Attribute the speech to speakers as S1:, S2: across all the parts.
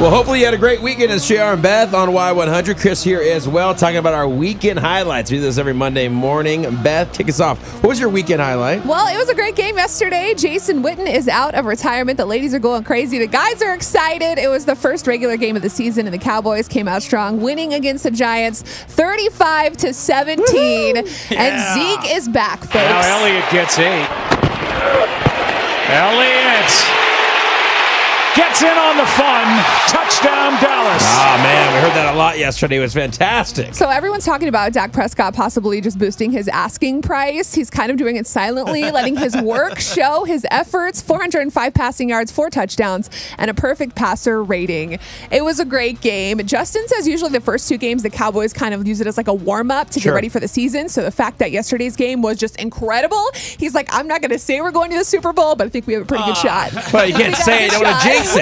S1: Well, hopefully you had a great weekend. It's JR and Beth on Y100. Chris here as well, talking about our weekend highlights. We do this every Monday morning. Beth, kick us off. What was your weekend highlight?
S2: Well, it was a great game yesterday. Jason Witten is out of retirement. The ladies are going crazy. The guys are excited. It was the first regular game of the season, and the Cowboys came out strong, winning against the Giants 35 to 17.
S3: Yeah.
S2: And Zeke is back, folks.
S3: Now Elliott gets eight. Elliott gets in on the fun. Touchdown, Dallas.
S1: Ah, man, we heard that a lot yesterday. It was fantastic.
S2: So everyone's talking about Dak Prescott possibly just boosting his asking price. He's kind of doing it silently, letting his work show his efforts. 405 passing yards, four touchdowns, and a perfect passer rating. It was a great game. Justin says usually the first two games the Cowboys kind of use it as like a warm up to
S1: Sure.
S2: get ready for the season. So the fact that yesterday's game was just incredible, he's like, I'm not going to say we're going to the Super Bowl, but I think we have a pretty good shot.
S1: Ah. Well, you
S2: We
S1: can't
S2: got
S1: say it.
S2: a
S1: Don't want
S2: shot.
S1: to jinx it.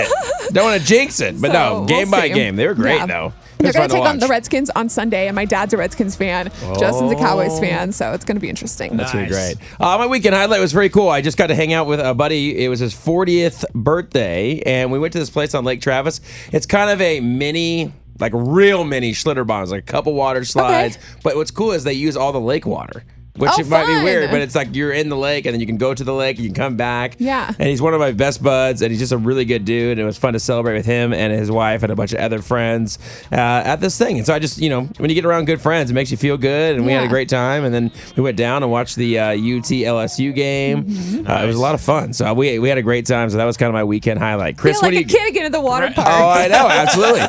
S1: Don't want to jinx it. But
S2: So,
S1: no, game
S2: we'll
S1: by
S2: see.
S1: game, they were great
S2: Yeah.
S1: though. It
S2: They're
S1: was
S2: going to
S1: fun
S2: take on the
S1: watch.
S2: Redskins on Sunday, and my dad's a Redskins fan. Justin's a Cowboys fan, so it's going to be interesting.
S1: That's pretty
S3: Nice.
S1: great. Uh, my weekend highlight was very cool. I just got to hang out with a buddy. It was his 40th birthday, and we went to this place on Lake Travis. It's kind of a mini, like real mini Schlitterbahn's, like a couple water slides. But what's cool is they use all the lake water. Which
S2: Oh,
S1: it might be
S2: fun.
S1: weird, but it's like you're in the lake and then you can go to the lake and you can come back.
S2: Yeah.
S1: And he's one of my best buds and he's just a really good dude. And it was fun to celebrate with him and his wife and a bunch of other friends uh, at this thing. And so I just, you know, when you get around good friends, it makes you feel good. And we had a
S2: Yeah.
S1: great great time, and then we went down and watched the uh, UT LSU game.
S2: Mm-hmm.
S1: Uh, it was a lot of fun. So we we had a great time. So that was kind of my weekend highlight. Chris,
S2: feel
S1: what
S2: like
S1: do
S2: a
S1: you?
S2: kid again at the water
S4: Right.
S2: park.
S1: Oh, I know, absolutely.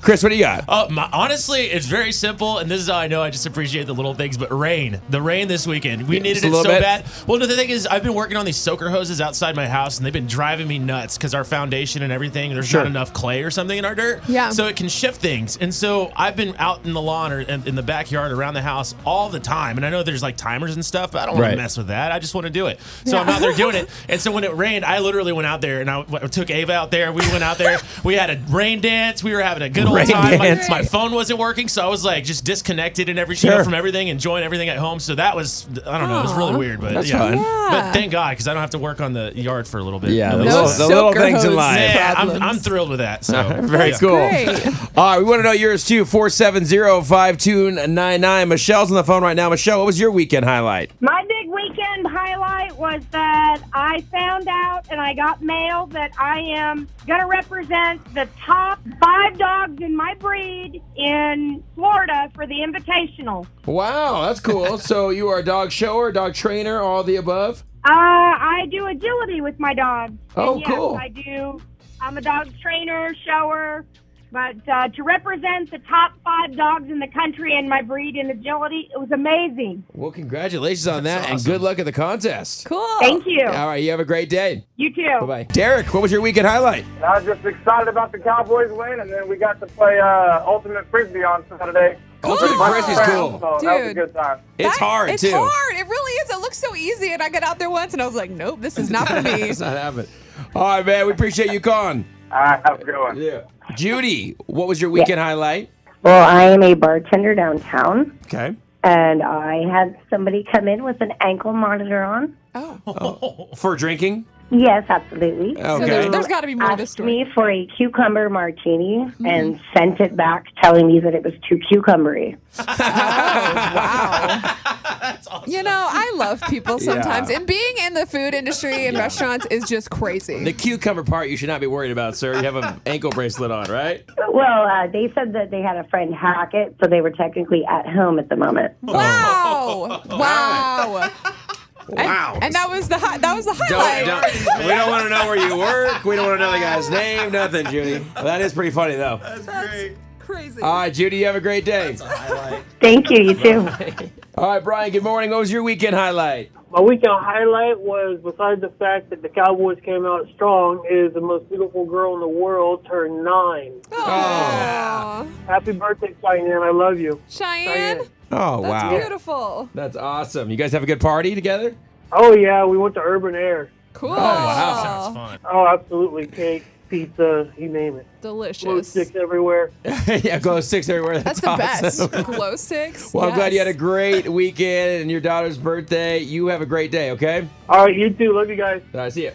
S1: Chris, what do you got?
S4: Uh, my, honestly, it's very simple, and this is how I know I just appreciate the little things. But rain, the rain this weekend, we
S1: just
S4: needed
S1: a
S4: it so
S1: little bit.
S4: bad. Well, no, the thing is, I've been working on these soaker hoses outside my house, and they've been driving me nuts because our foundation and everything, there's
S1: Sure.
S4: not enough clay or something in our dirt.
S2: Yeah.
S4: So it can shift things, and so I've been out in the lawn or in, in the backyard around the house all the time. And I know there's like timers and stuff, but I don't want
S1: Right.
S4: to mess with that. I just want to do it. So
S2: Yeah.
S4: I'm out there doing it. And so when it rained, I literally went out there and I w- took Ava out there. We went out there. We had a rain dance. We were having a good old
S1: Rain
S4: time. My-
S1: dance.
S4: my phone wasn't working, so I was like just disconnected and every
S1: Sure.
S4: you know, from everything, enjoying everything at home. So that was I don't know, it was really
S2: Aw.
S4: weird, but
S1: That's
S4: yeah.
S1: fun.
S2: Yeah.
S4: But thank God because I don't have to work on the yard for a little bit.
S1: Yeah,
S4: No,
S1: Oh, the
S4: that's
S1: little,
S2: those
S1: the
S4: fine.
S1: little
S2: soaker
S1: things in
S2: hoses.
S1: life.
S4: yeah, I'm, I'm
S2: problems.
S4: thrilled with that. So
S1: Very
S4: yeah.
S1: cool.
S2: great.
S1: All right, we want to know yours too. 470-5299. Michelle's on the phone right now. Michelle, what was your weekend highlight?
S5: My big weekend highlight was that I found out and I got mail that I am going to represent the top five dogs in my breed in Florida for the Invitational.
S1: Wow, that's cool. so you are a dog shower, dog trainer, all the above.
S5: Uh, I do agility with my dogs.
S1: Oh,
S5: And yes,
S1: cool.
S5: I do. I'm a dog trainer, shower, but uh, to represent the top five dogs in the country in my breed in agility, it was amazing.
S1: Well, congratulations on
S4: That's
S1: that, and
S4: awesome.
S1: good luck at the contest.
S2: Cool.
S5: Thank you.
S1: All right, you have a great day.
S5: You too.
S1: Bye bye. Derek, what was your weekend highlight?
S6: I was just excited about the Cowboys win, and then we got to play uh, Ultimate Frisbee on Saturday.
S1: Ultimate
S2: Wow.
S1: Frisbee's
S6: So
S1: cool.
S6: that was a
S2: Dude.
S6: good time.
S1: It's
S2: That-
S1: hard
S2: it's
S1: too.
S2: hard. It really is. It looks so easy, and I got out there once, and I was like, "Nope, this is not for me."
S1: It's not happening. All right, man. We appreciate you calling.
S6: All right, have a good one.
S1: Yeah. Judy, what was your weekend highlight?
S7: Well, I am a bartender downtown,
S1: Okay.
S7: and I had somebody come in with an ankle monitor on.
S2: oh,
S1: For drinking.
S7: Yes, absolutely.
S2: so
S1: Okay.
S2: there's, there's got to be more to this
S7: Asked
S2: story. Mm-hmm.
S7: me for a cucumber martini and sent it back, telling me that it was too cucumbery.
S2: You know, I love people sometimes, and being in the food industry and restaurants is just crazy.
S1: the cucumber part you should not be worried about, sir. You have an ankle bracelet on, right?
S7: Well, uh, they said that they had a friend hack it, so they were technically at home at the moment.
S1: Oh.
S2: wow! Wow! wow! And, that was the hi- that was the highlight.
S1: we don't want to know where you work. We don't want to know the guy's name. Nothing, Judy. Well, that is pretty funny though.
S2: That's crazy.
S1: All right, Judy. You have a great day.
S7: Thank you, you too.
S1: All right, Brian. Good morning. What was your weekend highlight?
S8: my weekend highlight was besides the fact that the Cowboys came out strong, is the most beautiful girl in the world turned nine.
S2: Aw.
S8: Happy birthday, Cheyenne. I love you.
S2: Oh. Cheyenne,
S1: Oh
S2: that's
S1: wow,
S2: beautiful.
S1: that's awesome. You guys have a good party together.
S8: Oh, yeah, we went to Urban Air.
S2: Cool.
S1: wow.
S4: Sounds fun.
S8: Oh, absolutely. Cake, pizza, you name it. Blue
S2: Delicious.
S8: sticks everywhere.
S1: yeah, glow sticks everywhere.
S2: That's
S1: That's,
S2: the
S1: awesome.
S2: best. Glow sticks.
S1: Well, I'm glad you had
S2: yes.
S1: a great weekend and your daughter's birthday. You have a great day, okay?
S8: All right, you too. Love you guys.
S1: All right, see ya.